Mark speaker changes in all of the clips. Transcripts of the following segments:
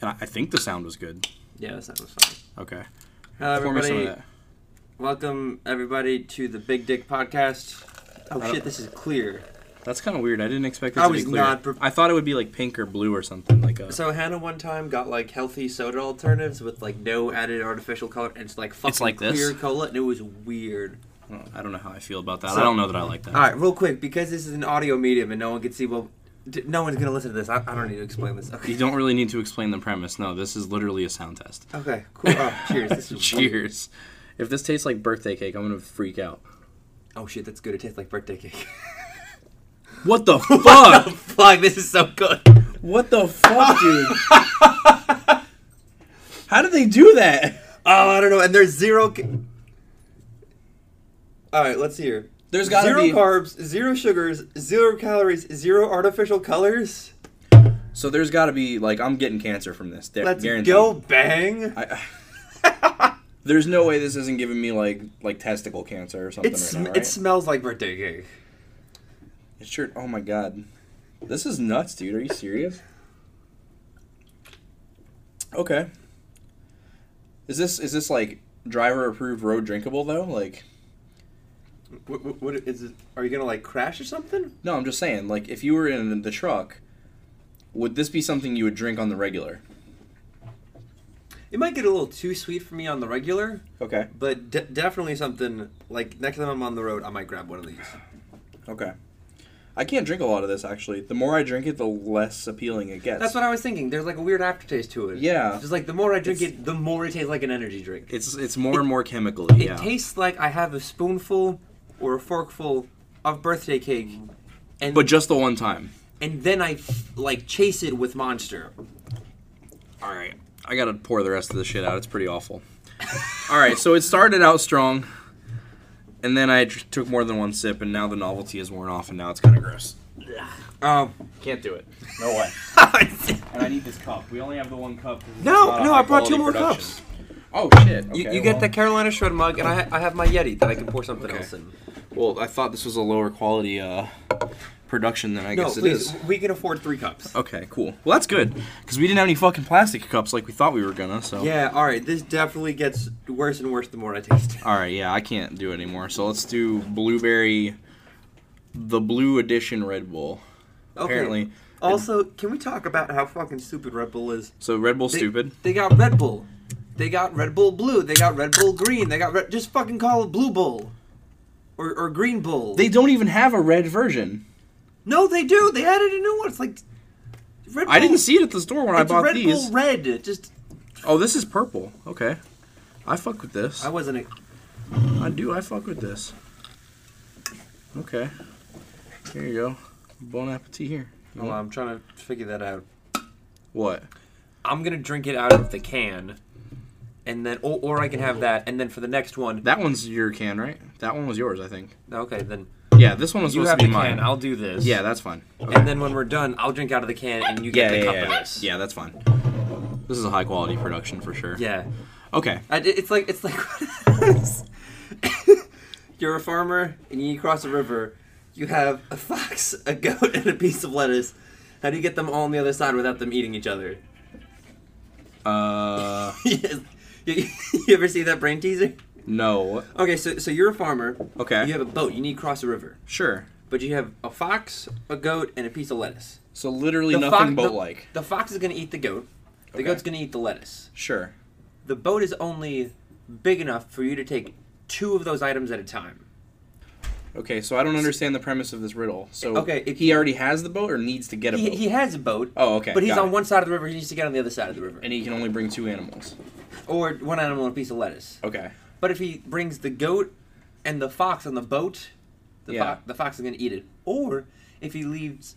Speaker 1: sound. I think the sound was good.
Speaker 2: Yeah, that sounds fine.
Speaker 1: Okay.
Speaker 2: Hello,
Speaker 1: Pour me some of
Speaker 2: everybody.
Speaker 1: that.
Speaker 2: Welcome, everybody, to the Big Dick Podcast. Oh,
Speaker 1: don't-
Speaker 2: shit, this is clear.
Speaker 1: That's kind of weird. I didn't expect it
Speaker 2: I
Speaker 1: to
Speaker 2: was
Speaker 1: be clear.
Speaker 2: not pre-
Speaker 1: I thought it would be like pink or blue or something like uh, a.
Speaker 2: So, Hannah one time got like healthy soda alternatives with like no added artificial color, and it's like fucking
Speaker 1: like this?
Speaker 2: clear cola, and it was weird.
Speaker 1: I don't know how I feel about that.
Speaker 2: So-
Speaker 1: I don't know that I like that.
Speaker 2: All right, real quick, because this is an audio medium and no one can see, well, d- no one's gonna listen to this. I, I don't need to explain this.
Speaker 1: You
Speaker 2: Okay.
Speaker 1: don't really need to explain the premise. No, this is literally a sound test.
Speaker 2: Okay, cool. Oh, cheers. This is weird.
Speaker 1: Cheers. If this tastes like birthday cake, I'm gonna freak out.
Speaker 2: Oh, shit, that's good. It tastes like birthday cake.
Speaker 1: What the fuck?
Speaker 2: Fuck, this is so good.
Speaker 1: What the fuck, dude? How did they do that?
Speaker 2: Oh, I don't know. And there's zero. Ca- All right, let's hear.
Speaker 1: There's gotta
Speaker 2: zero
Speaker 1: be-
Speaker 2: carbs, zero sugars, zero calories, zero artificial colors.
Speaker 1: So there's got to be like I'm getting cancer from this. They're
Speaker 2: Let's
Speaker 1: guaranteed.
Speaker 2: go bang.
Speaker 1: I, there's no way this isn't giving me like like testicle cancer or something
Speaker 2: It
Speaker 1: right
Speaker 2: sm-
Speaker 1: now. Right?
Speaker 2: it smells like birthday cake.
Speaker 1: It sure. Oh my god, this is nuts, dude. Are you serious? Okay. Is this is this like driver approved road drinkable though? Like
Speaker 2: What, what, what is it? Are you gonna like crash or something?
Speaker 1: no, I'm just saying. Like if you were in the truck, would this be something you would drink on the regular?
Speaker 2: It might get a little too sweet for me on the regular,
Speaker 1: Okay.
Speaker 2: but de- definitely something like next time I'm on the road, I might grab one of these.
Speaker 1: Okay. I can't drink a lot of this actually. The more I drink it, the less appealing it gets.
Speaker 2: That's what I was thinking. There's like a weird aftertaste to it.
Speaker 1: Yeah.
Speaker 2: It's just like the more I drink
Speaker 1: It's-
Speaker 2: it, the more it tastes like an energy drink.
Speaker 1: It's it's more and more chemically.
Speaker 2: It tastes like I have a spoonful or a forkful of birthday cake, and
Speaker 1: but just the one time.
Speaker 2: and then I f- like chase it with Monster.
Speaker 1: All right. I gotta pour the rest of the shit out. It's pretty awful. All right. So it started out strong, and then I tr- took more than one sip, and now the novelty has worn off, and now it's kind of gross.
Speaker 2: Um,
Speaker 1: Can't do it. No way.
Speaker 2: you,
Speaker 1: and I need this cup. We only have the one cup. 'cause it's
Speaker 2: No,
Speaker 1: not a
Speaker 2: no, I brought
Speaker 1: high-quality
Speaker 2: two more
Speaker 1: production.
Speaker 2: cups.
Speaker 1: Oh shit. Okay,
Speaker 2: you
Speaker 1: well-
Speaker 2: get the Carolina Shred mug, and I, ha- I have my Yeti that I can pour something
Speaker 1: Okay.
Speaker 2: else in.
Speaker 1: Well, I thought this was a lower quality uh, production than I
Speaker 2: No,
Speaker 1: guess it is. Oh,
Speaker 2: please, we can afford three cups.
Speaker 1: Okay, cool. Well, that's good because we didn't have any fucking plastic cups like we thought we were gonna. So
Speaker 2: Yeah, all right. This definitely gets worse and worse the more I taste it.
Speaker 1: All right, yeah, I can't do it anymore. So let's do blueberry, the blue edition Red Bull.
Speaker 2: Okay.
Speaker 1: Apparently,
Speaker 2: Also, can we talk about how fucking stupid Red Bull is?
Speaker 1: so Red Bull
Speaker 2: They-
Speaker 1: stupid.
Speaker 2: They got Red Bull. They got Red Bull Blue. They got Red Bull Green. They got Red, just fucking call it Blue Bull, or or Green Bull.
Speaker 1: They don't even have a red version.
Speaker 2: no, they do. They added a new one. It's like Red Bull.
Speaker 1: I didn't see it at the store when I
Speaker 2: It's
Speaker 1: bought
Speaker 2: Red
Speaker 1: these.
Speaker 2: Bull Red. Just
Speaker 1: Oh, this is purple. Okay, I fuck with this.
Speaker 2: I wasn't. A,
Speaker 1: I do. I fuck with this. Okay, here you go. Bon appetit here. You
Speaker 2: hold on,
Speaker 1: want-
Speaker 2: I'm trying to figure that out.
Speaker 1: What?
Speaker 2: I'm gonna drink it out of the can, and then or, or I can have that, and then for the next one.
Speaker 1: That one's your can, right? That one was yours, I think.
Speaker 2: Okay, then
Speaker 1: Yeah, this one was
Speaker 2: you
Speaker 1: supposed
Speaker 2: have
Speaker 1: to
Speaker 2: the
Speaker 1: be mine.
Speaker 2: can. I'll do this.
Speaker 1: yeah, that's fine.
Speaker 2: And then when we're done, I'll drink out of the can, and you
Speaker 1: yeah,
Speaker 2: get the
Speaker 1: yeah,
Speaker 2: cup
Speaker 1: yeah.
Speaker 2: of this.
Speaker 1: Yeah, that's fine. This is a high quality production for sure.
Speaker 2: Yeah.
Speaker 1: Okay.
Speaker 2: I, it- it's like it's like you're a farmer and you cross a river. You have a fox, a goat, and a piece of lettuce. How do you get them all on the other side without them eating each other?
Speaker 1: Uh,
Speaker 2: you, you ever see that brain teaser?
Speaker 1: no.
Speaker 2: Okay, so so you're a farmer.
Speaker 1: Okay.
Speaker 2: You have a boat. You need to cross a river,
Speaker 1: Sure.
Speaker 2: but you have a fox, a goat, and a piece of lettuce.
Speaker 1: So literally
Speaker 2: The
Speaker 1: nothing
Speaker 2: fox-
Speaker 1: but
Speaker 2: the-
Speaker 1: like.
Speaker 2: The fox is gonna eat the goat. The
Speaker 1: Okay.
Speaker 2: goat's gonna eat the lettuce.
Speaker 1: Sure.
Speaker 2: The boat is only big enough for you to take two of those items at a time.
Speaker 1: Okay, so I don't understand the premise of this riddle. So
Speaker 2: Okay, if
Speaker 1: he already has the boat or needs to get a
Speaker 2: He,
Speaker 1: boat,
Speaker 2: he has a boat.
Speaker 1: Oh, okay,
Speaker 2: But he's
Speaker 1: got
Speaker 2: on
Speaker 1: it.
Speaker 2: one side of the river. He needs to get on the other side of the river.
Speaker 1: and he can only bring two animals.
Speaker 2: Or one animal and a piece of lettuce.
Speaker 1: Okay.
Speaker 2: But if he brings the goat and the fox on the boat, the,
Speaker 1: Yeah.
Speaker 2: fo- the fox is going to eat it. Or if he leaves,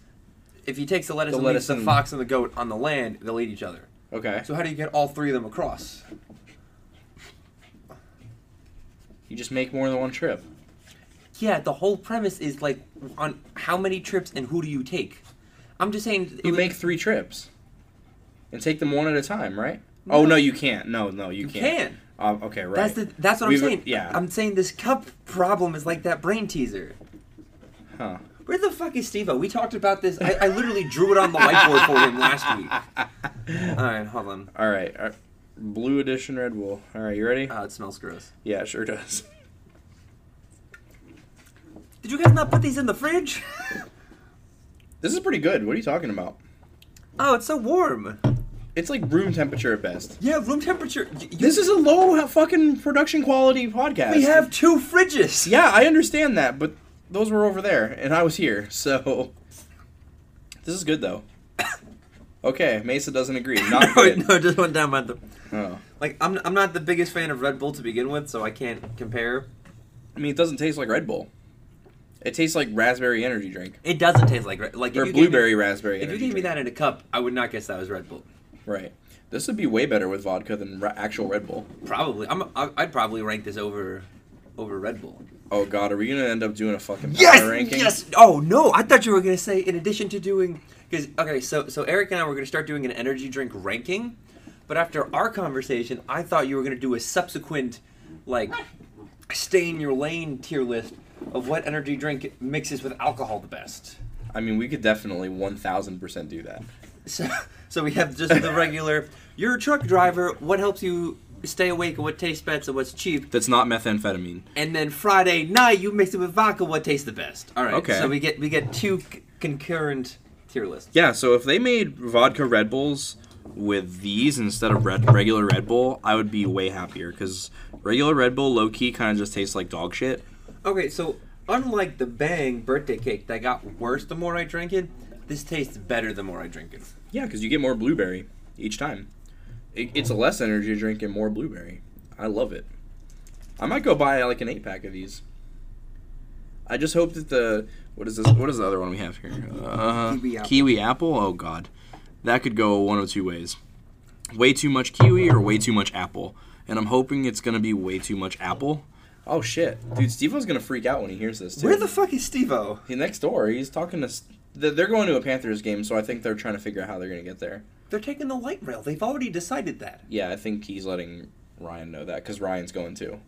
Speaker 2: if he takes the lettuce
Speaker 1: The
Speaker 2: and
Speaker 1: lettuce
Speaker 2: leaves
Speaker 1: and-
Speaker 2: the fox and the goat on the land, they'll eat each other.
Speaker 1: Okay.
Speaker 2: So how do you get all three of them across?
Speaker 1: you just make more than one trip.
Speaker 2: Yeah, the whole premise is like on how many trips and who do you take? I'm just saying. it
Speaker 1: You
Speaker 2: was-
Speaker 1: make three trips, and take them one at a time, right? Oh no, you can't. No, no, you, can't.
Speaker 2: can.
Speaker 1: Um, okay, right.
Speaker 2: That's the, that's what
Speaker 1: We've-
Speaker 2: I'm saying.
Speaker 1: Yeah.
Speaker 2: I'm saying this cup problem is like that brain teaser.
Speaker 1: huh.
Speaker 2: Where the fuck is Steve? We talked about this. I, I literally drew it on the whiteboard for him last week. All right, hold on.
Speaker 1: All right, all right. blue edition Red Bull. All right, you ready?
Speaker 2: Oh, it smells gross.
Speaker 1: Yeah, it sure does.
Speaker 2: Did you guys not put these in the fridge?
Speaker 1: This is pretty good. What are you talking about?
Speaker 2: Oh, it's so warm.
Speaker 1: It's like room temperature at best.
Speaker 2: Yeah, room temperature. Y- you-
Speaker 1: This is a low fucking production quality podcast.
Speaker 2: we have two fridges.
Speaker 1: Yeah, I understand that, but those were over there, and I was here, so this is good though. Okay, Mesa doesn't agree. Not
Speaker 2: no,
Speaker 1: good.
Speaker 2: no, it just went down by the.
Speaker 1: Oh.
Speaker 2: Like, I'm, I'm not the biggest fan of Red Bull to begin with, so I can't compare.
Speaker 1: I mean, it doesn't taste like Red Bull. It tastes like raspberry energy drink
Speaker 2: It doesn't taste like Red like if
Speaker 1: or
Speaker 2: you gave me-
Speaker 1: blueberry raspberry.
Speaker 2: if you
Speaker 1: energy
Speaker 2: gave me
Speaker 1: drink.
Speaker 2: that in a cup, I would not guess that was Red Bull.
Speaker 1: right? This would be way better with vodka than ra- actual Red Bull.
Speaker 2: Probably, I'm, I- I'd probably rank this over over Red Bull.
Speaker 1: Oh God, are we gonna end up doing a fucking power
Speaker 2: Yes,
Speaker 1: ranking?
Speaker 2: yes. Oh no, I thought you were gonna say in addition to doing because okay, so so Eric and I were gonna start doing an energy drink ranking, but after our conversation, I thought you were gonna do a subsequent like stay in your lane tier list of what energy drink mixes with alcohol the best.
Speaker 1: I mean, we could definitely one thousand percent do that.
Speaker 2: So so we have just the regular. You're a truck driver. What helps you? Stay awake and what tastes best and what's cheap.
Speaker 1: That's not methamphetamine.
Speaker 2: And then Friday night you mix it with vodka. What tastes the best? All right.
Speaker 1: Okay.
Speaker 2: So we get we get two c- concurrent tier lists.
Speaker 1: Yeah, so if they made vodka Red Bulls with these instead of red, regular Red Bull, I would be way happier because regular Red Bull low key kind of just tastes like dog shit.
Speaker 2: Okay, so unlike the Bang birthday cake that got worse the more I drank it, this tastes better the more I drink it.
Speaker 1: Yeah, because you get more blueberry each time. It, it's a less energy drink and more blueberry. I love it. I might go buy like an eight pack of these. I just hope that the what is this? What is the other one we have here? Uh,
Speaker 2: Kiwi apple.
Speaker 1: kiwi apple. Oh god, that could go one of two ways: way too much kiwi or way too much apple. And I'm hoping it's gonna be way too much apple. Oh shit, dude, Steve-O's gonna freak out when he hears this. Too.
Speaker 2: Where the fuck is Stevo?
Speaker 1: He- next door? He's talking to. s- They're they're going to a Panthers game, so I think they're trying to figure out how they're gonna get there.
Speaker 2: They're taking the light rail. They've already decided that.
Speaker 1: Yeah, I think he's letting Ryan know that because Ryan's going too.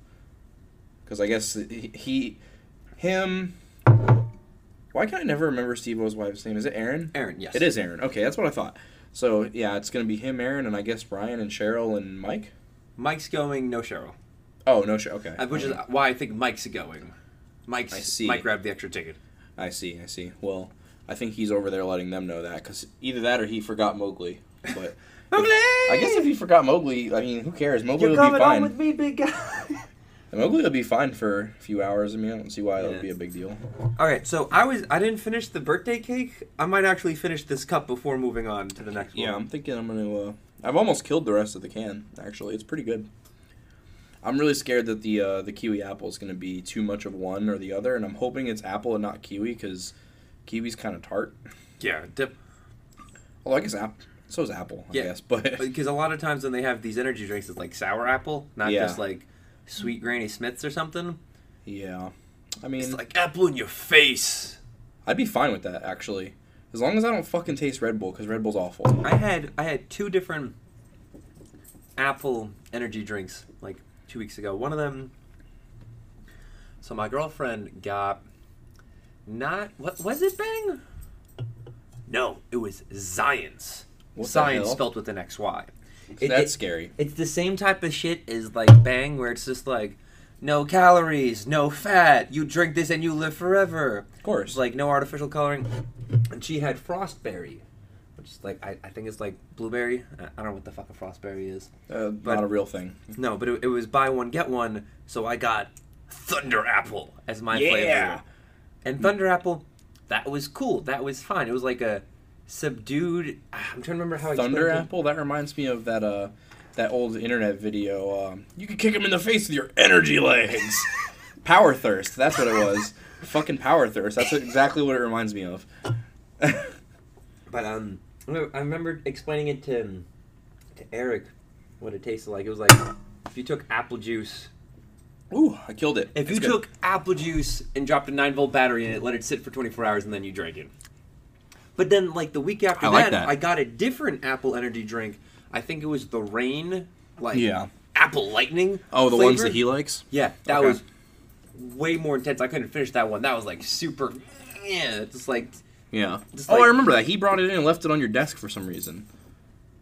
Speaker 1: Because I guess he, he, him. Why can I never remember Steve O's wife's name? Is it Aaron?
Speaker 2: Aaron, yes.
Speaker 1: It is Aaron. Okay, that's what I thought. So yeah, it's gonna be him, Aaron, and I guess Ryan and Cheryl and Mike.
Speaker 2: Mike's going, no Cheryl.
Speaker 1: Oh no, Cheryl. Okay,
Speaker 2: Uh, Which is why I think Mike's going. Mike's,
Speaker 1: I see.
Speaker 2: Mike grabbed the extra ticket.
Speaker 1: I see. I see. Well, I think he's over there letting them know that because either that or he forgot Mowgli. But
Speaker 2: Mowgli!
Speaker 1: I guess if he forgot Mowgli, I mean, who cares? Mowgli
Speaker 2: You're
Speaker 1: will be
Speaker 2: coming
Speaker 1: fine.
Speaker 2: on with me, big guy.
Speaker 1: Mowgli will be fine for a few hours. I mean, I don't see why it
Speaker 2: Yeah.
Speaker 1: would be a big deal.
Speaker 2: Alright, so I was I didn't finish the birthday cake. I might actually finish this cup before moving on to the next
Speaker 1: Yeah,
Speaker 2: one.
Speaker 1: I'm thinking I'm gonna. Uh, I've almost killed the rest of the can. Actually, it's pretty good. I'm really scared that the uh, the kiwi apple is gonna be too much of one or the other, and I'm hoping it's apple and not kiwi because kiwi's kind of tart.
Speaker 2: Yeah, dip
Speaker 1: Although I guess app, so is apple. I
Speaker 2: Yeah.
Speaker 1: guess, but
Speaker 2: Because a lot of times when they have these energy drinks, it's like sour apple, not
Speaker 1: Yeah.
Speaker 2: just like sweet Granny Smiths or something.
Speaker 1: yeah, I mean,
Speaker 2: It's like apple in your face.
Speaker 1: I'd be fine with that actually, as long as I don't fucking taste Red Bull because Red Bull's awful.
Speaker 2: I had I had two different apple energy drinks like two weeks ago. One of them. So my girlfriend got not what was it Bang? No, it was Zions.
Speaker 1: What the
Speaker 2: Science
Speaker 1: hell?
Speaker 2: spelled with an X Y. It-
Speaker 1: That's
Speaker 2: it-
Speaker 1: scary.
Speaker 2: It's the same type of shit as like Bang, where it's just like no calories, no fat. You drink this and you live forever.
Speaker 1: Of course,
Speaker 2: It's like no artificial coloring. And she had frostberry, which is like I, I think it's like blueberry. I I don't know what the fuck a frostberry is.
Speaker 1: uh, not a real thing.
Speaker 2: No, but it, it was buy one get one. So I got thunder apple as my
Speaker 1: Yeah. Mm.
Speaker 2: flavor. And thunder apple, that was cool. That was fine. It was like a subdued. ah, I'm trying to remember how I
Speaker 1: Thunder
Speaker 2: explained it.
Speaker 1: Apple. That reminds me of that uh, that old internet video. Um, you can kick him in the face with your energy legs. power thirst. That's what it was. Fucking power thirst. That's exactly what it reminds me of.
Speaker 2: But um, I remember- I remember explaining it to to Eric what it tasted like. It was like if you took apple juice.
Speaker 1: Ooh, I killed it.
Speaker 2: If
Speaker 1: It's
Speaker 2: you
Speaker 1: good.
Speaker 2: took apple juice and dropped a nine volt battery in it, let it sit for twenty four hours, and then you drank it. But then, like the week after
Speaker 1: I
Speaker 2: that,
Speaker 1: like that.
Speaker 2: I got a different apple energy drink. I think it was the rain, like
Speaker 1: Yeah.
Speaker 2: apple lightning.
Speaker 1: oh, the ones
Speaker 2: flavor.
Speaker 1: that he likes.
Speaker 2: Yeah, that
Speaker 1: Okay.
Speaker 2: was way more intense. I couldn't finish that one. That was like super yeah, it's just like
Speaker 1: Yeah.
Speaker 2: Just
Speaker 1: oh, I
Speaker 2: like-
Speaker 1: remember that. He brought it in and left it on your desk for some reason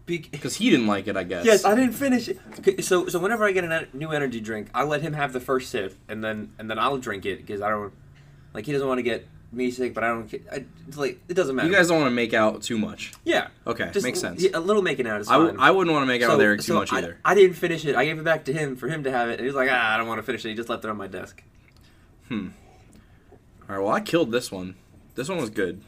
Speaker 2: big.
Speaker 1: because he didn't like it. I guess.
Speaker 2: Yes, I didn't finish it. Okay, so so whenever I get a en- new energy drink, I let him have the first sip, and then and then I'll drink it because I don't like he doesn't want to get me sick, but I don't. ca- I, it's like it doesn't matter.
Speaker 1: You guys don't want to make out too much.
Speaker 2: yeah,
Speaker 1: Okay, makes sense.
Speaker 2: yeah, a little making out is
Speaker 1: I, w-
Speaker 2: fine.
Speaker 1: I wouldn't want to make out with Eric too much
Speaker 2: I,
Speaker 1: either.
Speaker 2: I didn't finish it. I gave it back to him for him to have it, and he was like, "Ah, I don't want to finish it." He just left it on my desk.
Speaker 1: All right. Well, I killed this one. This one was good.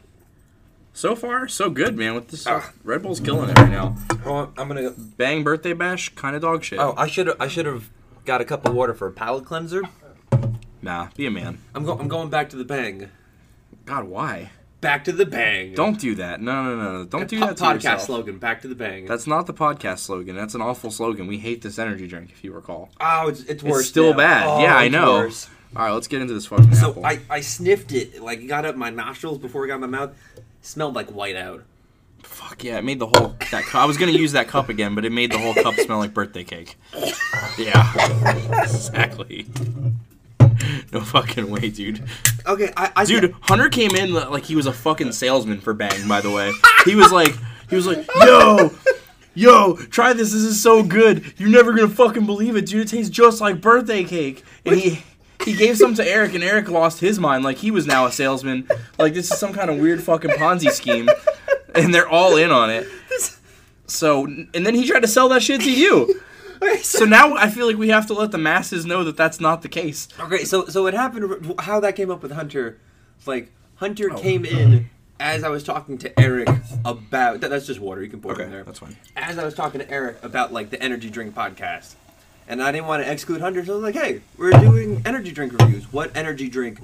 Speaker 1: So far, so good, man. With this,
Speaker 2: Ah.
Speaker 1: Red Bull's killing it right now.
Speaker 2: Oh, I'm gonna. Go.
Speaker 1: Bang birthday bash, kind of dog shit.
Speaker 2: Oh, I should I should have got a cup of water for a palate cleanser.
Speaker 1: Nah, be a man.
Speaker 2: I'm go, I'm going back to the bang.
Speaker 1: God, why?
Speaker 2: Back to the bang.
Speaker 1: Don't do that. No, no, no, no. Don't do
Speaker 2: Po-
Speaker 1: that to
Speaker 2: podcast
Speaker 1: yourself.
Speaker 2: slogan. Back to the bang.
Speaker 1: That's not the podcast slogan. That's an awful slogan. We hate this energy drink, if you recall.
Speaker 2: oh, it's it's worse.
Speaker 1: still
Speaker 2: now.
Speaker 1: bad.
Speaker 2: Oh,
Speaker 1: Yeah, I
Speaker 2: it's
Speaker 1: know.
Speaker 2: worse.
Speaker 1: All right, let's get into this fucking
Speaker 2: So
Speaker 1: apple.
Speaker 2: I I sniffed it, like it got up my nostrils before it got in my mouth. Smelled like white out.
Speaker 1: Fuck yeah! It made the whole that. Cu- I was gonna use that cup again, but it made the whole cup smell like birthday cake. Yeah, exactly. No fucking way, dude.
Speaker 2: Okay, I, I
Speaker 1: Dude, Hunter came in li- like he was a fucking salesman for Bang. By the way, he was like, he was like, yo, yo, try this. This is so good. You're never gonna fucking believe it, dude. It tastes just like birthday cake. And he he gave some to Eric, and Eric lost his mind. Like he was now a salesman. Like this is some kind of weird fucking Ponzi scheme, and they're all in on it. So, and then he tried to sell that shit to you.
Speaker 2: Okay, so-
Speaker 1: So now I feel like we have to let the masses know that that's not the case.
Speaker 2: Okay, so so what happened? How that came up with Hunter? Like Hunter came in as I was talking to Eric about that, that's just water. You can pour it in there.
Speaker 1: fine.
Speaker 2: As I was talking to Eric about like the energy drink podcast, and I didn't want to exclude Hunter, so I was like, "Hey, we're doing energy drink reviews. What energy drink?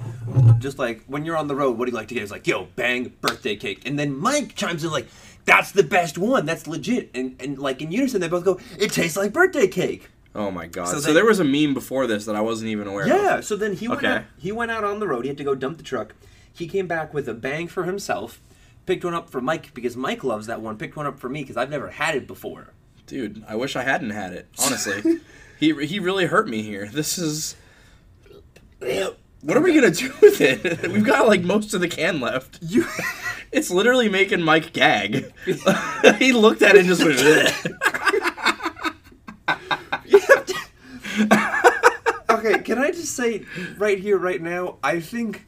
Speaker 2: Just like when you're on the road, what do you like to get?" He's like, "Yo, bang, birthday cake." And then Mike chimes in like, "That's the best one. That's legit." And and like in unison, they both go, "It tastes like birthday cake."
Speaker 1: Oh my god.
Speaker 2: So
Speaker 1: So,
Speaker 2: they-
Speaker 1: there was a meme before this that I wasn't even aware of.
Speaker 2: Yeah, so then he went
Speaker 1: Okay.
Speaker 2: out, he went out on the road. He had to go dump the truck. He came back with a bang for himself. Picked one up for Mike because Mike loves that one. Picked one up for me because I've never had it before.
Speaker 1: Dude, I wish I hadn't had it, honestly. he he really hurt me here. This is What are we going to do with it? We've got like most of the can left.
Speaker 2: You
Speaker 1: It's literally making Mike gag. he looked at it and just went "Bleh."
Speaker 2: okay? Can I just say right here, right now? I think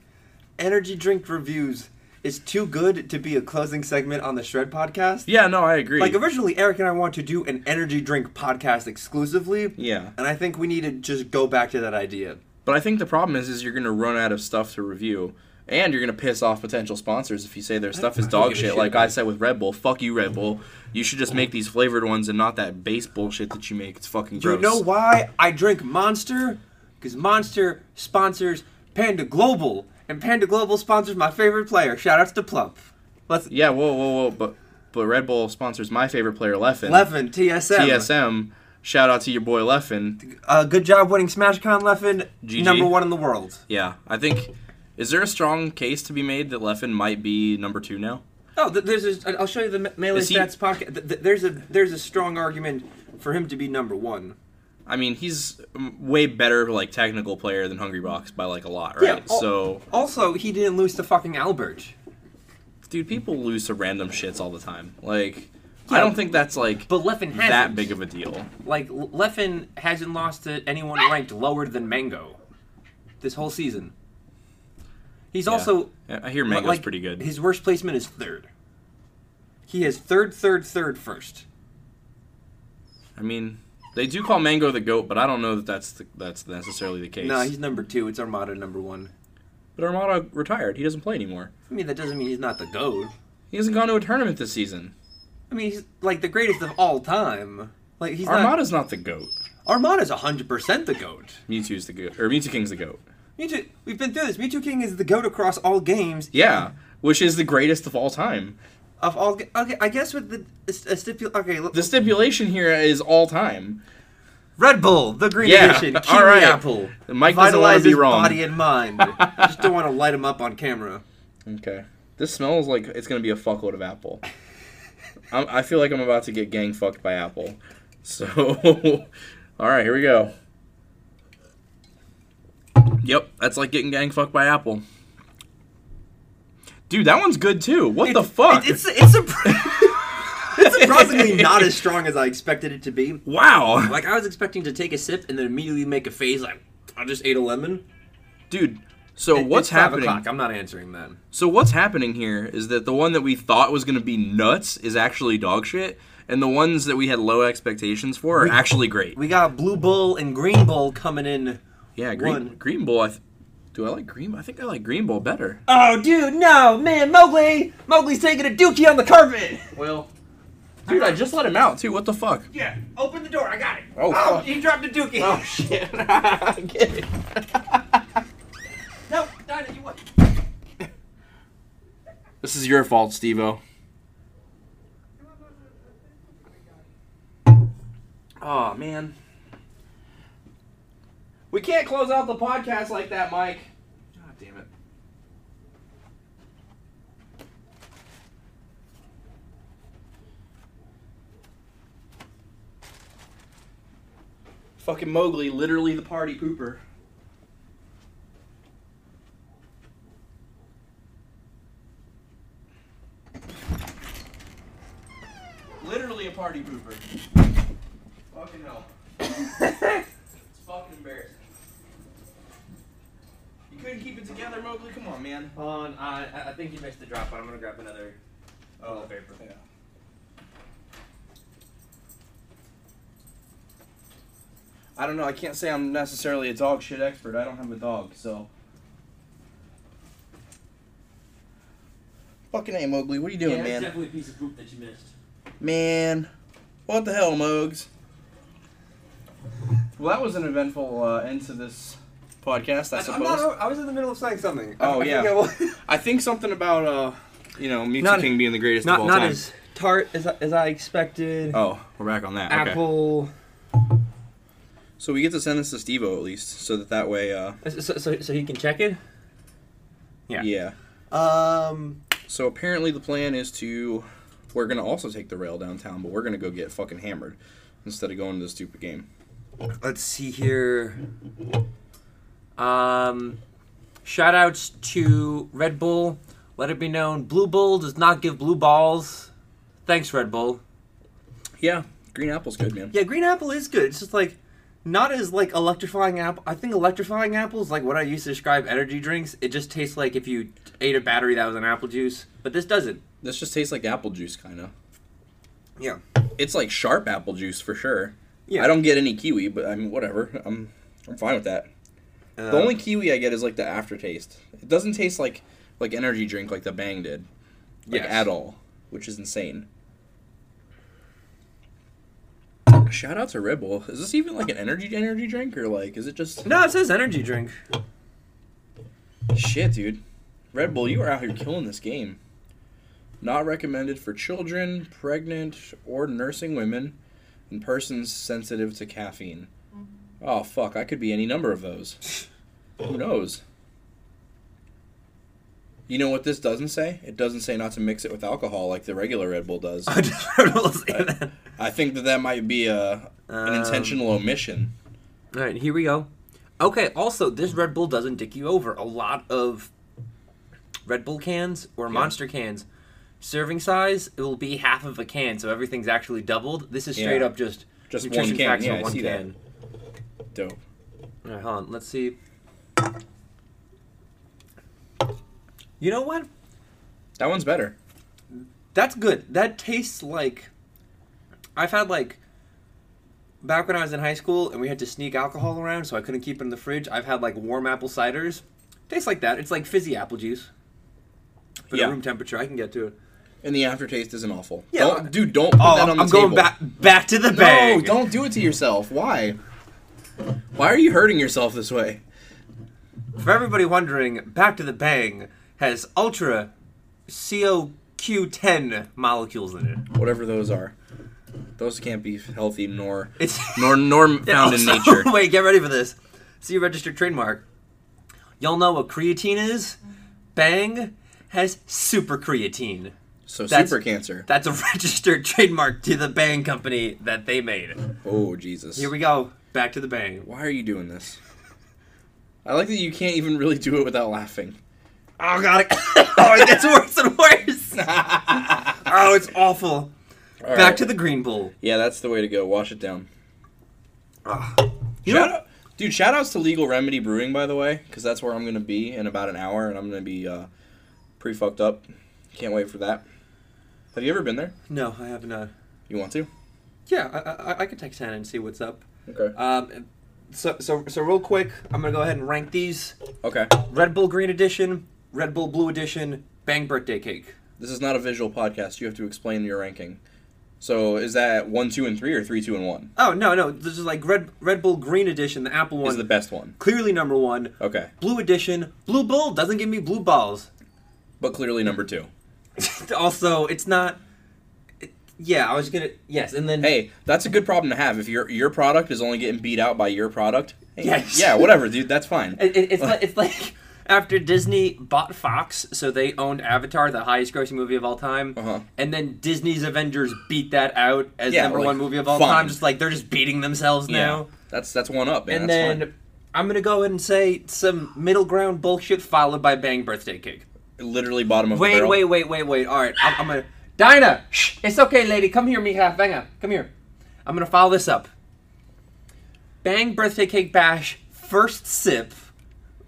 Speaker 2: energy drink reviews is too good to be a closing segment on the Shred podcast.
Speaker 1: Yeah, no, I agree.
Speaker 2: Like originally, Eric and I wanted to do an energy drink podcast exclusively.
Speaker 1: Yeah.
Speaker 2: and I think we need to just go back to that idea.
Speaker 1: but I think the problem is is you're going to run out of stuff to review. And you're gonna piss off potential sponsors if you say their stuff is
Speaker 2: don't
Speaker 1: dog
Speaker 2: give a
Speaker 1: shit,
Speaker 2: shit.
Speaker 1: like I said with Red Bull. Fuck you, Red Bull. You should just make these flavored ones and not that base bullshit that you make. It's fucking
Speaker 2: Do
Speaker 1: gross.
Speaker 2: you know why I drink Monster? Because Monster sponsors Panda Global, and Panda Global sponsors my favorite player. Shout outs to Plump. Let's
Speaker 1: Yeah, whoa, whoa, whoa, but but Red Bull sponsors my favorite player, Leffen.
Speaker 2: Leffen TSM.
Speaker 1: TSM. Shout out to your boy Leffen.
Speaker 2: Uh, good job winning SmashCon, Leffen.
Speaker 1: GG.
Speaker 2: Number one in the world.
Speaker 1: Yeah, I think is there a strong case to be made that Leffen might be number two now?
Speaker 2: Oh, th- there's a, I'll show you the me- melee
Speaker 1: Is he-
Speaker 2: stats pocket. Th- th- there's a there's a strong argument for him to be number one.
Speaker 1: I mean, he's um, way better like technical player than Hungry Box by like a lot, right?
Speaker 2: al-
Speaker 1: so,
Speaker 2: also he didn't lose to fucking Albert.
Speaker 1: dude, people lose to random shits all the time. Like,
Speaker 2: Yeah.
Speaker 1: I don't think that's like
Speaker 2: But Leffen hasn't.
Speaker 1: that big of a deal.
Speaker 2: Like L- Leffen hasn't lost to anyone ranked lower than Mango this whole season. He's also
Speaker 1: Yeah, I hear Mango's
Speaker 2: like,
Speaker 1: pretty good.
Speaker 2: His worst placement is third. He has third, third, third, first.
Speaker 1: I mean, they do call Mango the goat, but I don't know that that's the, that's necessarily the case.
Speaker 2: No, he's number two. It's Armada number one.
Speaker 1: But Armada retired. He doesn't play anymore.
Speaker 2: I mean, that doesn't mean he's not the goat.
Speaker 1: He hasn't gone to a tournament this season.
Speaker 2: I mean, he's like the greatest of all time. Like he's
Speaker 1: Armada's not the goat.
Speaker 2: not. Armada's hundred percent the goat.
Speaker 1: Mewtwo's the goat, or Mewtwo King's the goat.
Speaker 2: Mewtwo, we've been through this. Mewtwo King is the goat across all games.
Speaker 1: Yeah, which is the greatest of all time.
Speaker 2: Of all, ga- okay, I guess with the a stipul. Okay, l-
Speaker 1: The stipulation here is all time.
Speaker 2: Red Bull, the green
Speaker 1: Yeah,
Speaker 2: edition, kiwi
Speaker 1: all right.
Speaker 2: apple.
Speaker 1: Mike doesn't wanna
Speaker 2: Vitalizes
Speaker 1: be wrong.
Speaker 2: Body and mind. Just don't want to light him up on camera.
Speaker 1: Okay, this smells like it's gonna be a fuckload of apple. I'm, I feel like I'm about to get gang fucked by apple. So, all right, here we go. Yep, that's like getting gang fucked by apple. Dude, that one's good too. What the
Speaker 2: It's-
Speaker 1: fuck?
Speaker 2: It's it's a. It's surprisingly not as strong as I expected it to be.
Speaker 1: wow.
Speaker 2: Like I was expecting to take a sip and then immediately make a face like I just ate a lemon.
Speaker 1: Dude, so
Speaker 2: It-
Speaker 1: what's
Speaker 2: it's five
Speaker 1: happening?
Speaker 2: o'clock. I'm not answering that.
Speaker 1: So what's happening here is that the one that we thought was going to be nuts is actually dog shit, and the ones that we had low expectations for are actually great.
Speaker 2: We got Blue Bull and Green Bull coming in.
Speaker 1: yeah, Green
Speaker 2: one.
Speaker 1: Green Bull. I th- do I like Green? I think I like Green Bull better.
Speaker 2: Oh, dude, no, man, Mowgli, Mowgli's taking a dookie on the carpet.
Speaker 1: Well, dude, I just let him out too. What the fuck?
Speaker 2: Yeah, open the door. I got it.
Speaker 1: Oh, Oh, fuck.
Speaker 2: he dropped a dookie.
Speaker 1: shit!
Speaker 2: No, Dinah, you what?
Speaker 1: this is your fault, Stevo.
Speaker 2: Oh man.
Speaker 1: We can't close out the podcast like that, Mike.
Speaker 2: God damn it.
Speaker 1: Fucking Mowgli, literally the party pooper. Literally a party pooper. Fucking hell. it's fucking embarrassing. You couldn't keep it together, Mowgli? Come on, man.
Speaker 3: Hold on, uh, I- I think you missed the drop, but I'm gonna grab another
Speaker 2: Oh.
Speaker 3: toilet paper.
Speaker 1: Yeah. I don't know. I can't say I'm necessarily a dog shit expert. I don't have a dog, so. Fucking A, Mowgly. What are you doing,
Speaker 3: yeah,
Speaker 1: man?
Speaker 3: it's definitely a piece of poop that you missed.
Speaker 1: Man. What the hell, Mogs? Well, that was an eventful uh, end to this podcast, I
Speaker 2: I,
Speaker 1: suppose.
Speaker 2: am not, I was in the middle of saying something. I-
Speaker 1: Oh,
Speaker 2: I
Speaker 1: yeah.
Speaker 2: think I was-
Speaker 1: I think something about, uh, you know, Mewtwo
Speaker 2: Not-
Speaker 1: King being the greatest of
Speaker 2: not
Speaker 1: all
Speaker 2: not
Speaker 1: time.
Speaker 2: as tart as, I- as I expected.
Speaker 1: Oh, we're back on that. Okay.
Speaker 2: Apple.
Speaker 1: So we get to send this to Stevo at least, so that that way, uh,
Speaker 2: So, so, so he can check it.
Speaker 1: yeah.
Speaker 2: Yeah. Um.
Speaker 1: So apparently the plan is to, we're gonna also take the rail downtown, but we're gonna go get fucking hammered instead of going to the stupid game.
Speaker 2: Let's see here. Um. Shout outs to Red Bull. Let it be known, Blue Bull does not give blue balls. Thanks, Red Bull.
Speaker 1: Yeah, green apple's good, man.
Speaker 2: Yeah, green apple is good. It's just like not as like electrifying apple. I think electrifying apples like what I used to describe energy drinks. It just tastes like if you ate a battery that was an apple juice, but this doesn't.
Speaker 1: This just tastes like apple juice, kind of.
Speaker 2: Yeah.
Speaker 1: It's like sharp apple juice for sure.
Speaker 2: Yeah.
Speaker 1: I don't get any kiwi, but I mean whatever. I'm I'm fine with that.
Speaker 2: Uh,
Speaker 1: the only kiwi I get is like the aftertaste. It doesn't taste like like energy drink like the Bang did, like
Speaker 2: Yes.
Speaker 1: at all, which is insane. Shout out to Red Bull. Is this even like an energy energy drink or like is it just
Speaker 2: No, it says energy drink.
Speaker 1: shit, dude? Red Bull, you are out here killing this game. Not recommended for children, pregnant or nursing women, and persons sensitive to caffeine. Oh fuck, I could be any number of those. Who knows? You know what this doesn't say? It doesn't say not to mix it with alcohol like the regular Red Bull does.
Speaker 2: I just heard Will say
Speaker 1: Right.
Speaker 2: that.
Speaker 1: I think that that might be a an
Speaker 2: Um,
Speaker 1: intentional omission.
Speaker 2: All right, here we go. Okay, also, this Red Bull doesn't dick you over. A lot of Red Bull cans or monster cans, serving size, it will be half of a can, so everything's actually doubled. This is straight
Speaker 1: Yeah.
Speaker 2: up just,
Speaker 1: Just one
Speaker 2: nutrition
Speaker 1: can,
Speaker 2: facts
Speaker 1: yeah,
Speaker 2: on
Speaker 1: I
Speaker 2: one
Speaker 1: see that.
Speaker 2: can.
Speaker 1: Dope.
Speaker 2: All right, hold on, let's see. You know what?
Speaker 1: That one's better.
Speaker 2: That's good. That tastes like. I've had like. Back when I was in high school and we had to sneak alcohol around, so I couldn't keep it in the fridge. I've had like warm apple ciders. Tastes like that. It's like fizzy apple juice. But
Speaker 1: Yeah.
Speaker 2: at room temperature, I can get to it.
Speaker 1: And the aftertaste isn't awful.
Speaker 2: Yeah.
Speaker 1: Don't- dude, don't put that on the
Speaker 2: Oh, I'm
Speaker 1: table.
Speaker 2: going back back to the
Speaker 1: No,
Speaker 2: bag.
Speaker 1: don't do it to yourself. Why? Why are you hurting yourself this way?
Speaker 2: For everybody wondering, Back to the Bang has ultra COQ10 molecules in it.
Speaker 1: Whatever those are, those can't be healthy nor
Speaker 2: It's
Speaker 1: nor nor found
Speaker 2: It
Speaker 1: in
Speaker 2: also-
Speaker 1: nature.
Speaker 2: Wait, get ready for this. See registered trademark. Y'all know what creatine is? Bang has super creatine.
Speaker 1: So
Speaker 2: That's-
Speaker 1: super cancer.
Speaker 2: That's a registered trademark to the Bang company that they made.
Speaker 1: oh Jesus!
Speaker 2: Here we go. Back to the Bang.
Speaker 1: Why are you doing this? I like that you can't even really do it without laughing.
Speaker 2: Oh god! It, oh, it gets worse and worse. Oh, it's awful.
Speaker 1: All
Speaker 2: Back
Speaker 1: right.
Speaker 2: to the Green Bull.
Speaker 1: yeah, that's the way to go. Wash it down.
Speaker 2: Ah.
Speaker 1: You shout out, dude, shout outs to Legal Remedy Brewing, by the way, because that's where I'm going to be in about an hour, and I'm going to be uh, pretty fucked up. Can't wait for that. Have you ever been there?
Speaker 2: No, I have not.
Speaker 1: You want to?
Speaker 2: Yeah, I, I, I could text Hannah and see what's up.
Speaker 1: Okay.
Speaker 2: Um, so, so, so real quick, I'm gonna go ahead and rank these:
Speaker 1: Okay.
Speaker 2: Red Bull Green Edition, Red Bull Blue Edition, Bang Birthday Cake.
Speaker 1: This is not a visual podcast. You have to explain your ranking. So is that one, two, and three, or three, two, and one?
Speaker 2: Oh no, no, this is like Red Red Bull Green Edition, the Apple
Speaker 1: Is
Speaker 2: one,
Speaker 1: the best one?
Speaker 2: clearly number one.
Speaker 1: Okay,
Speaker 2: Blue Edition, Blue Bull doesn't give me blue balls.
Speaker 1: but clearly number two.
Speaker 2: also, it's not. It, yeah, I was gonna. Yes, and then
Speaker 1: Hey, that's a good problem to have. If your your product is only getting beat out by your product, hey,
Speaker 2: Yes.
Speaker 1: yeah, whatever, dude. That's fine.
Speaker 2: It, it- it's like, it's like after Disney bought Fox, so they owned Avatar, the highest grossing movie of all time,
Speaker 1: Uh-huh.
Speaker 2: and then Disney's Avengers beat that out as
Speaker 1: Yeah,
Speaker 2: number
Speaker 1: like,
Speaker 2: one movie of all
Speaker 1: fine.
Speaker 2: time. Just like they're just beating themselves now.
Speaker 1: that's that's one up, man.
Speaker 2: and
Speaker 1: that's
Speaker 2: then
Speaker 1: fine.
Speaker 2: I'm gonna go ahead and say some middle ground bullshit followed by Bang Birthday Cake.
Speaker 1: literally bottom of the
Speaker 2: Wait,
Speaker 1: barrel.
Speaker 2: wait, wait, wait, wait. All right, I'm, I'm gonna Dinah. Shh, it's okay, lady. Come here, Mija. Venga, come here. I'm gonna follow this up. Bang Birthday Cake Bash first sip,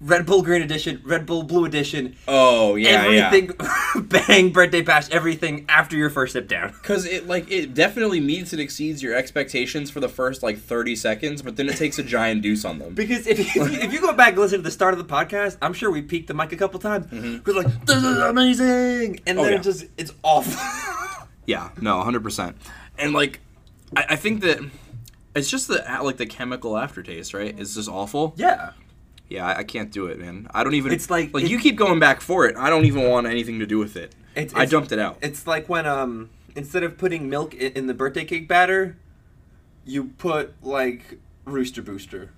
Speaker 2: Red Bull Green Edition, Red Bull Blue Edition,
Speaker 1: Oh yeah, yeah.
Speaker 2: everything. bang Birthday Bash, everything after your first sip down.
Speaker 1: Because it like it definitely meets and exceeds your expectations for the first like thirty seconds, but then it takes a giant deuce on them.
Speaker 2: Because if you, if you go back and listen to the start of the podcast, I'm sure we peaked the mic a couple times. We're like, "This is amazing,"
Speaker 1: Mm-hmm.
Speaker 2: and
Speaker 1: Oh,
Speaker 2: then
Speaker 1: yeah.
Speaker 2: it just it's awful.
Speaker 1: Yeah, no, hundred percent. And like, I, I think that it's just the like the chemical aftertaste, right? It's just awful.
Speaker 2: yeah.
Speaker 1: Yeah, I, I can't do it, man. I don't even.
Speaker 2: It's like-
Speaker 1: like
Speaker 2: it-
Speaker 1: you keep going back for it. I don't even want anything to do with it.
Speaker 2: It's-
Speaker 1: I
Speaker 2: it's-
Speaker 1: dumped it out.
Speaker 2: It's like when um instead of putting milk in, in the birthday cake batter, you put like rooster booster.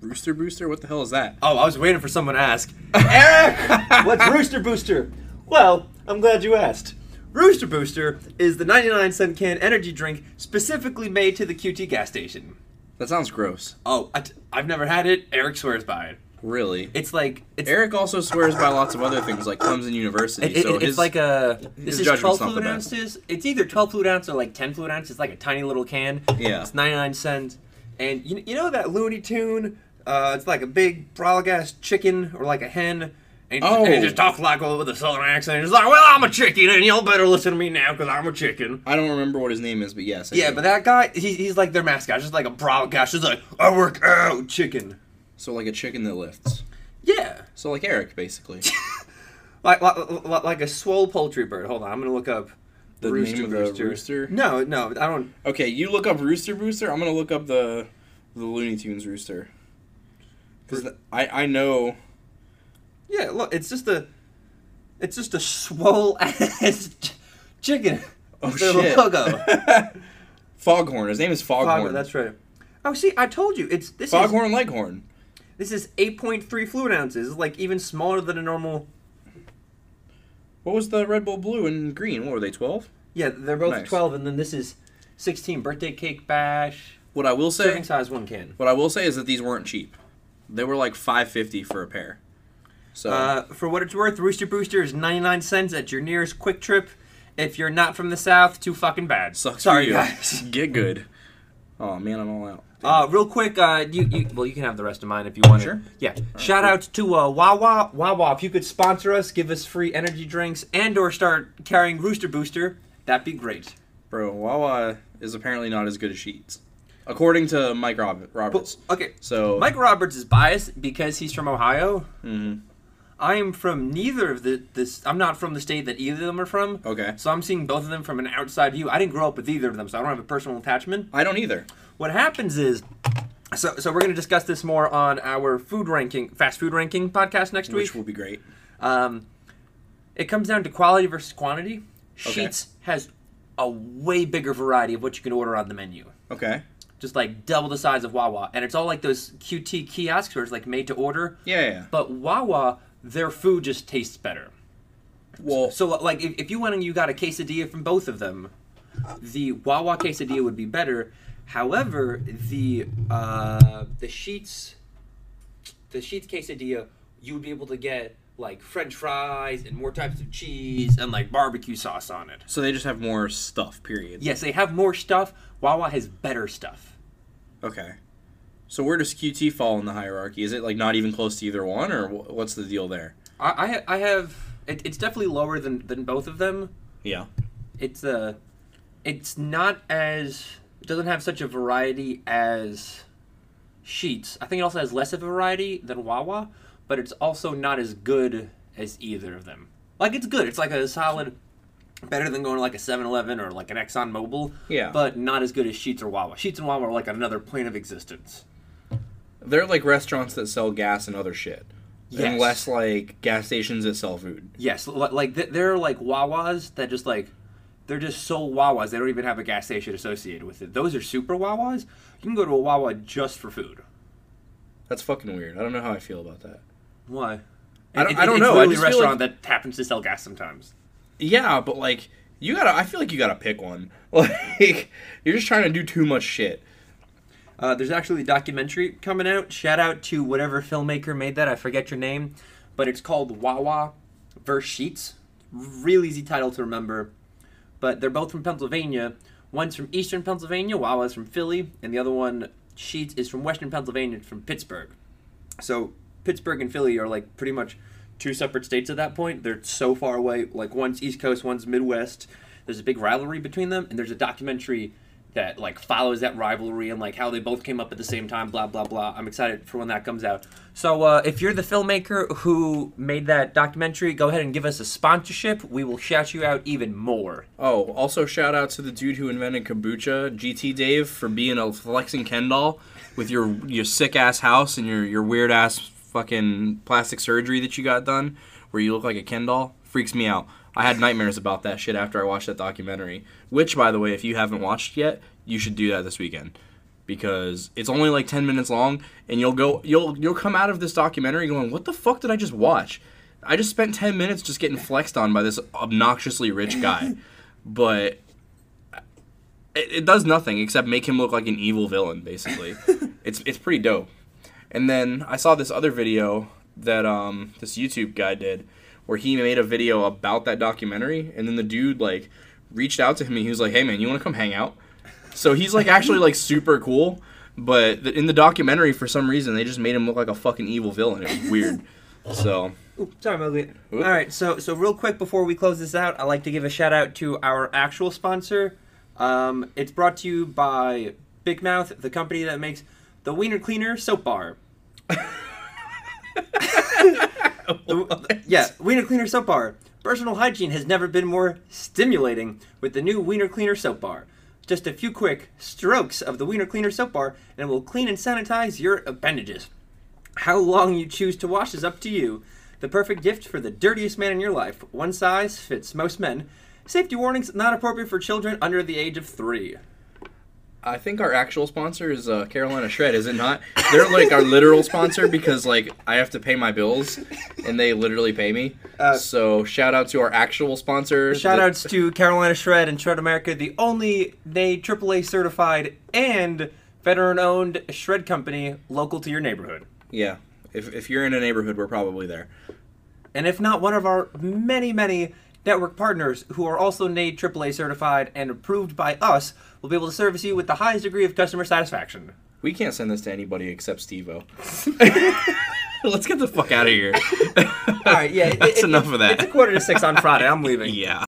Speaker 1: Rooster Brewster, what the hell is that?
Speaker 2: Oh, I was waiting for someone to ask. Eric, what's rooster booster? Well, I'm glad you asked. Rooster Booster is the 99 cent can energy drink specifically made to the QT gas station.
Speaker 1: That sounds gross.
Speaker 2: Oh, I t- I've never had it. Eric swears by it.
Speaker 1: Really.
Speaker 2: It's like it's
Speaker 1: Eric also swears by lots of other things like Clemson University.
Speaker 2: It, it-
Speaker 1: so
Speaker 2: it's
Speaker 1: his,
Speaker 2: like a this is
Speaker 1: judgment's
Speaker 2: twelve
Speaker 1: not the
Speaker 2: fluid
Speaker 1: best.
Speaker 2: ounces. It's either twelve fluid ounce or like ten fluid ounce. It's like a tiny little can.
Speaker 1: Yeah.
Speaker 2: it's ninety nine cents. And you, you know that Looney Tune? Uh, it's like a big brolic ass chicken or like a hen. And,
Speaker 1: Oh.
Speaker 2: and it just talks like with a southern accent. It's like, well, I'm a chicken, and y'all better listen to me now because I'm a chicken.
Speaker 1: I don't remember what his name is, but yes. I
Speaker 2: Yeah,
Speaker 1: do.
Speaker 2: but that guy, he, he's like their mascot. It's Just like a brolic ass, just like I work out, chicken.
Speaker 1: so like a chicken that lifts.
Speaker 2: Yeah,
Speaker 1: So like Eric, basically.
Speaker 2: like like, like- like a swole poultry bird. Hold on, I'm gonna look up
Speaker 1: The name of the rooster?
Speaker 2: No, no, I don't.
Speaker 1: okay, you look up Rooster Brewster. I'm gonna look up the the Looney Tunes Rooster. Because I I know.
Speaker 2: Yeah, look, it's just a, it's just a swole ass ch- chicken.
Speaker 1: Oh
Speaker 2: Their
Speaker 1: shit.
Speaker 2: logo.
Speaker 1: Foghorn. His name is Foghorn.
Speaker 2: Foghorn, that's right. Oh, see, I told you, it's this is
Speaker 1: Foghorn Leghorn.
Speaker 2: this is eight point three fluid ounces, like even smaller than a normal.
Speaker 1: What was the Red Bull blue and green? What were they, 12?
Speaker 2: Yeah, they're both
Speaker 1: Nice.
Speaker 2: twelve, and then this is sixteen. Birthday cake bash,
Speaker 1: What I will say,
Speaker 2: serving size one can.
Speaker 1: what I will say is that these weren't cheap. They were like 550 for a pair. So,
Speaker 2: Uh, for what it's worth, Rooster Booster is ninety nine cents at your nearest Quick Trip. If you're not from the South, too fucking bad.
Speaker 1: sucks
Speaker 2: Sorry,
Speaker 1: for you.
Speaker 2: guys.
Speaker 1: Get good. Oh man, I'm all out.
Speaker 2: Uh, real quick, uh, you, you well, you can have the rest of mine if you want.
Speaker 1: Sure.
Speaker 2: Yeah. Shout out to uh, Wawa, Wawa. If you could sponsor us, give us free energy drinks, and/or start carrying Rooster Booster, that'd be great.
Speaker 1: Bro, Wawa is apparently not as good as she eats. According to Mike Rob-
Speaker 2: But,
Speaker 1: Roberts.
Speaker 2: okay.
Speaker 1: So,
Speaker 2: Mike Roberts is biased because he's from Ohio.
Speaker 1: Mhm.
Speaker 2: I am from neither of the this. I'm not from the state that either of them are from.
Speaker 1: okay.
Speaker 2: So I'm seeing both of them from an outside view. I didn't grow up with either of them, so I don't have a personal attachment.
Speaker 1: I don't either.
Speaker 2: what happens is so so we're going to discuss this more on our food ranking fast food ranking podcast next
Speaker 1: Which
Speaker 2: week
Speaker 1: will be great.
Speaker 2: um, it comes down to quality versus quantity
Speaker 1: Okay.
Speaker 2: sheets has a way bigger variety of what you can order on the menu
Speaker 1: Okay.
Speaker 2: just like double the size of wawa and it's all like those qt kiosks where it's like made to order
Speaker 1: Yeah, yeah.
Speaker 2: but wawa their food just tastes better
Speaker 1: Well,
Speaker 2: so like if, if you went and you got a quesadilla from both of them, the Wawa quesadilla would be better. However, the uh, the sheets the sheets quesadilla you would be able to get like French fries and more types of cheese and like barbecue sauce on it.
Speaker 1: So they just have more stuff. Period.
Speaker 2: Yes, they have more stuff. Wawa has better stuff.
Speaker 1: Okay. So where does QT fall in the hierarchy? Is it like not even close to either one, or wh- what's the deal there?
Speaker 2: I I, ha- I have it, it's definitely lower than than both of them.
Speaker 1: Yeah.
Speaker 2: It's uh it's not as it doesn't have such a variety as Sheets. I think it also has less of a variety than Wawa, but it's also not as good as either of them. Like it's good. It's like a solid better than going to like a 7-Eleven or like an Exxon Mobil,
Speaker 1: Yeah.
Speaker 2: but not as good as Sheets or Wawa. Sheets and Wawa are like another plane of existence.
Speaker 1: They're like restaurants that sell gas and other shit.
Speaker 2: Yes.
Speaker 1: And less like gas stations that sell food.
Speaker 2: Yes, li- like th- there are like Wawas that just like they're just so Wawas they don't even have a gas station associated with it. Those are super Wawas. You can go to a Wawa just for food.
Speaker 1: That's fucking weird. I don't know how I feel about that.
Speaker 2: Why?
Speaker 1: I don't-
Speaker 2: It-
Speaker 1: I
Speaker 2: it-
Speaker 1: don't
Speaker 2: it's
Speaker 1: know. I
Speaker 2: literally
Speaker 1: just
Speaker 2: a
Speaker 1: feel
Speaker 2: restaurant that happens to sell gas sometimes.
Speaker 1: Yeah, but like you gotta. I feel like you gotta pick one. Like you're just trying to do too much shit.
Speaker 2: Uh, there's actually a documentary coming out. Shout out to whatever filmmaker made that. I forget your name, but it's called Wawa versus Sheets. Real easy title to remember, but they're both from Pennsylvania. One's from Eastern Pennsylvania, Wawa's from Philly, and the other one, Sheets, is from Western Pennsylvania, it's from Pittsburgh. So Pittsburgh and Philly are like pretty much two separate states at that point. They're so far away. Like one's East Coast, one's Midwest. There's a big rivalry between them, and there's a documentary that like follows that rivalry and like how they both came up at the same time. Blah blah blah. I'm excited for when that comes out. So uh, if you're the filmmaker who made that documentary, go ahead and give us a sponsorship. We will shout you out even more.
Speaker 1: Oh, also shout out to the dude who invented kombucha, GT Dave, for being a flexing Ken doll with your your sick ass house and your your weird ass fucking plastic surgery that you got done, where you look like a Ken doll. Freaks me out. I had nightmares about that shit after I watched that documentary. Which, by the way, if you haven't watched yet, you should do that this weekend because it's only like ten minutes long, and you'll go you'll you'll come out of this documentary going, what the fuck did I just watch? I just spent ten minutes just getting flexed on by this obnoxiously rich guy. but it, it does nothing except make him look like an evil villain. Basically, it's it's pretty dope. And then I saw this other video that um, this YouTube guy did, where he made a video about that documentary, and then the dude like reached out to him and he was like, "Hey man, you want to come hang out?" So he's like actually like super cool, but th in the documentary for some reason they just made him look like a fucking evil villain. It was weird. So
Speaker 2: Ooh, sorry, Mowgli. All right, so so real quick before we close this out, I'd like to give a shout out to our actual sponsor. Um, it's brought to you by Big Mouth, the company that makes the Wiener Cleaner soap bar. The- yeah, Wiener Cleaner soap bar. Personal hygiene has never been more stimulating with the new Wiener Cleaner soap bar. Just a few quick strokes of the Wiener Cleaner soap bar, and it will clean and sanitize your appendages. How long you choose to wash is up to you. The perfect gift for the dirtiest man in your life. One size fits most men. Safety warnings not appropriate for children under the age of three.
Speaker 1: I think our actual sponsor is uh, Carolina Shred, is it not? They're like our literal sponsor because like I have to pay my bills, and they literally pay me.
Speaker 2: Uh,
Speaker 1: so shout out to our actual sponsor.
Speaker 2: Shout outs to Carolina Shred and Shred America, the only nay AAA certified and veteran owned shred company local to your neighborhood.
Speaker 1: Yeah, if if you're in a neighborhood, we're probably there.
Speaker 2: And if not, one of our many, many network partners who are also NAID AAA certified and approved by us will be able to service you with the highest degree of customer satisfaction.
Speaker 1: We can't send this to anybody except Stevo. Let's get the fuck out of here.
Speaker 2: All right, yeah. it-
Speaker 1: That's
Speaker 2: it-
Speaker 1: enough of that.
Speaker 2: It's a quarter to six on Friday. I'm leaving.
Speaker 1: yeah.